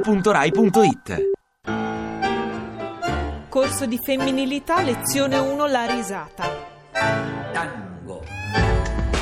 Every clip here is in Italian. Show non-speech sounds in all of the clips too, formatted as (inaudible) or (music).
radio2pod.rai.it Corso di femminilità, lezione 1, la risata. Tango.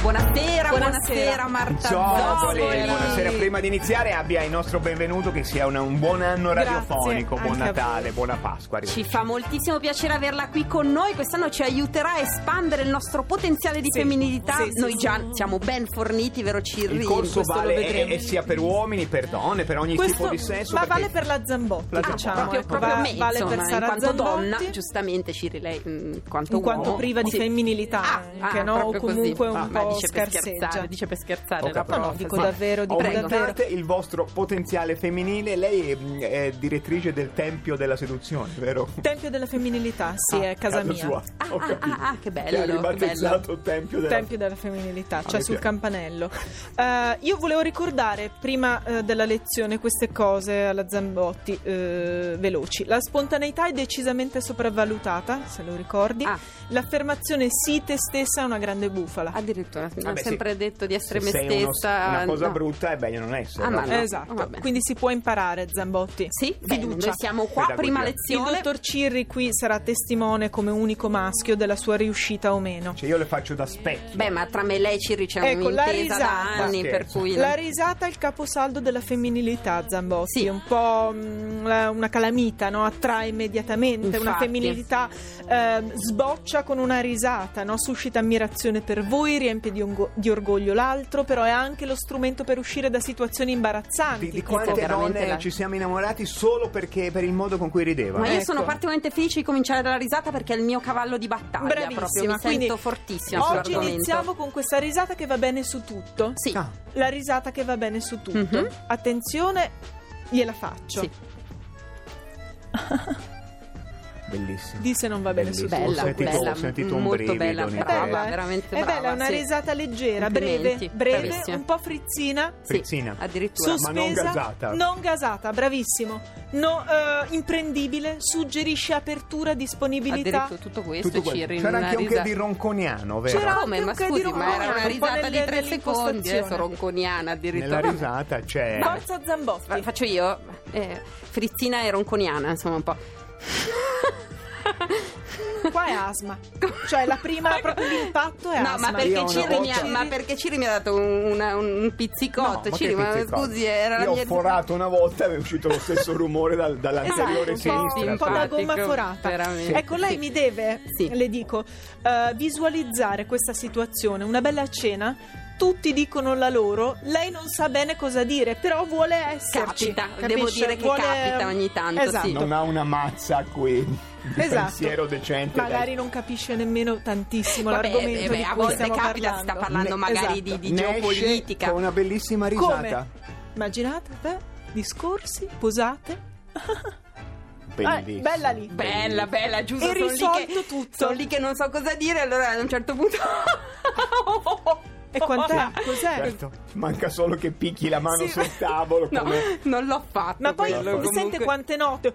Buonasera, buonasera, Buonasera. Marta Ciao, Zoccoli. buonasera. buonasera. Prima di iniziare abbia il nostro benvenuto che sia una- un buon anno Grazie, radiofonico, buon anche a voi. Natale, buona Pasqua. Ci fa moltissimo piacere averla qui con noi, quest'anno ci aiuterà a espandere il nostro potenziale di Sì, femminilità. sì, sì, noi sì. già siamo ben forniti, vero Cirri? Il corso Questo lo vale e, vedremo. e sia per uomini, per donne, per ogni tipo di sesso. ma perché- vale per la Zambotti, La Zambotti, diciamo. Ah, proprio, ecco, proprio va- me, vale insomma, per in Sara quanto Zambotti, donna, giustamente Ciri, lei in quanto in quanto uomo. priva di Sì. femminilità, Ah, anche ah, no? o proprio così. comunque Ah, un ma po' dice per scarseggia. scherzare, dice per scherzare Ho la capito. No, no, prof. dico sì. davvero, dico Prego. davvero. Aumentate il vostro potenziale femminile. Lei mm, è direttrice del Tempio della Seduzione, vero? Tempio della femminilità, sì, Ah, è casa, mia. sua. Ah, Ho ah, capito. ah, ah, che bello, Che ha che ribattezzato Tempio della Tempio della femminilità, Ah, cioè mi sul piace. campanello. Eh, io volevo ricordare prima eh, della lezione queste cose alla Zambotti eh, veloci. La spontaneità è decisamente sopravvalutata, se lo ricordi. Ah. L'affermazione sì te stessa è una grande bufala. Addirittura, mi Vabbè, hanno Ah, sì. sempre detto di essere Se me sei uno- stessa. una cosa no. brutta è meglio non essere. Ah, no? ma no. esatto, vabbè. quindi si può imparare Zambotti. Sì, bene, fiducia. noi siamo qua, Pedagogia. prima Il lezione. dottor Cirri qui sarà testimone come unico maschio della sua riuscita o meno. Cioè, io le faccio da specchio. Beh, ma tra me e lei Cirri c'è Ecco, la un'intesa da risata. anni, Ma per scherzo. cui... La risata è il caposaldo della femminilità, Zambotti. Sì. È un po' mm, la- una calamita, no? attrae immediatamente. Una Infatti. femminilità ehm, sboccia con una risata, no? suscita ammirazione per voi, riempie di, ongo- di orgoglio l'altro, però è anche lo strumento per uscire da situazioni imbarazzanti. Di, di tipo- quante veramente donne la- ci siamo innamorati solo perché per il modo con cui ridevano. Eh. Ma io Ecco. sono particolarmente felice di cominciare dalla risata perché è il mio cavallo di battaglia. Bravissima, proprio. Mi quindi sento fortissima Oggi sull'argomento. iniziamo con questa risata che va bene su tutto. Sì, Ah, La risata che va bene su tutto. Mhm. Attenzione, gliela faccio. Sì. bellissimo. Di se non va bene su Bellissimo. tutto. bella, Ho sentito- bella, ho sentito un molto brivido bella, nei brava, piedi. È bella, veramente È brava. bella, è una sì. risata leggera, breve, Complimenti, breve, bravissima. un po' frizzina, Frizzina. addirittura. sospesa, ma non gasata. non gasata, bravissimo, no, eh, imprendibile, suggerisce apertura, disponibilità. Addirittura tutto questo, Tutto quello. Cirri, in C'era una anche un che risata- di ronconiano, vero? C'era- Come? anche Ma un che di scusi, ma era una ronconiano, un po' risata di nel- tre secondi, nell'impostazione. adesso ronconiana addirittura. Nella Vabbè. risata c'è. Forza Zambotti. Va- Faccio io, eh, frizzina e ronconiana, insomma un po'. Qua è asma. Cioè, la prima, proprio l'impatto è no, asma. Ma Io perché, ho una Ciri mi ha, voce- ma perché Ciri mi ha dato un, una- un No, pizzicotto? ma Ciri, che ma pizzicato. scusi, era Io la mia. (laughs) ho forato una volta e è uscito lo stesso rumore dal- dall'anteriore Esatto, un po' sinistra. Ah, un po' la Pratico, gomma forata. veramente. Ecco, lei mi deve, Sì. le dico, eh, visualizzare questa situazione, una bella cena, tutti dicono la loro, lei non sa bene cosa dire, però vuole esserci. Capita, capisce? devo dire che Vuole- capita ogni tanto, Esatto. sì. Non ha una mazza qui di Esatto. pensiero decente. Ecco. da- Magari non capisce nemmeno tantissimo Vabbè, l'argomento eh, beh, di a cui volte stiamo capita, parlando. sta parlando Ne- magari esatto. di, di Ne esce geopolitica. Con una bellissima risata. Come? Immaginate, beh, discorsi, posate. Bellissima. Eh, bella lì. Bella, bella, giusto. E sono lì risolto che, tutto. Sono lì che non so cosa dire, allora ad un certo punto. (laughs) (laughs) E quant'è? Cos'è? Certo, manca solo che picchi la mano Sì. sul (laughs) tavolo. No, come- non l'ho fatto. Ma poi Esatto. quello, comunque. sente quante (laughs) note?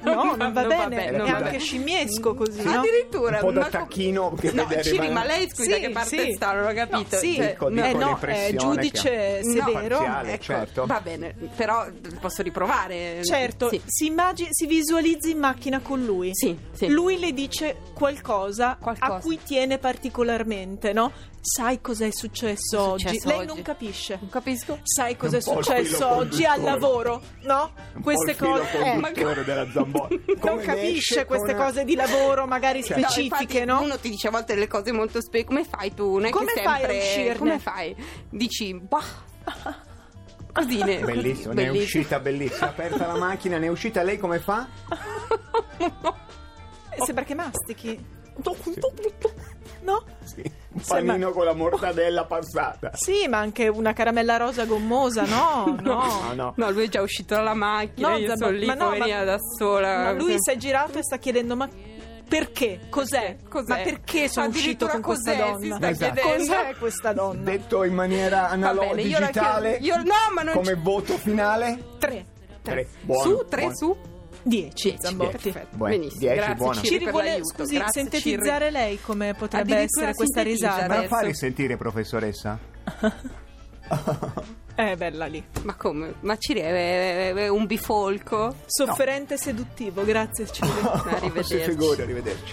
No, non va Non va bene, bene, è non va anche bene. scimmiesco così, no? Addirittura Un po' da ma com- tacchino che No, vede Ciri, arrivare- ma lei scusi Sì, da che parte sì. sta? Non ho capito. No, sì. Cioè, Dico, Eh con no, è l'impressione giudice eh, che ha. No, severo. parziale. ecco, certo. Va bene, però posso riprovare. Certo, Sì. si, immagi- si visualizzi in macchina con lui. Sì, sì. Lui le dice qualcosa, Qualcosa. a cui tiene particolarmente, no? Sai cosa è successo, È oggi? successo Lei oggi. non capisce. Non capisco. Sai cosa è un po' il successo filo oggi al conduttore. lavoro, no? Un Queste po' il cose. filo eh, conduttore della (laughs) Zambotti. non Boh, Come capisce esce con queste una- cose (laughs) di lavoro, magari Certo. No, specifiche, infatti, no? Uno ti dice a volte delle cose molto spe... Come fai tu? Non è Come che fai a sempre... uscirne? Come fai? Dici, bah. Così ne... Bellissimo, ne è uscita bellissima. Aperta la macchina, ne è uscita lei come fa? Eh, Sembra che mastichi. No? Sì, un Sembra- panino con la mortadella passata. Sì, ma anche una caramella rosa gommosa, no? No. No, Ah, no. (laughs) No, lui è già uscito dalla macchina, No, io Zabba- sono lì ma no, poverina ma- da sola. Ma lui si è girato e sta chiedendo ma perché? Cos'è? Cos'è? Ma perché sono uscito Addirittura con questa cos'è? Si donna? sta Esatto. chiedendo. Cos'è questa donna? Detto in maniera Va analogica, bene, io la digitale, chiedo- io- no, ma non come ci- voto finale? Tre. Tre. su, tre buono. su. Dieci. Dieci, Zambotti. perfetto. Buono. Benissimo, Dieci, grazie buono. Ciri Ci per vuole, l'aiuto, scusi, grazie, sintetizzare lei come potrebbe Addirittura essere questa sintetizza, risata? (laughs) Ma adesso. fa risentire, professoressa? È Eh, bella lì. Ma come? Ma Ciri è, è- è un bifolco? Sofferente e seduttivo, grazie Ciro. (laughs) (laughs) Arrivederci. Si figuri, arrivederci.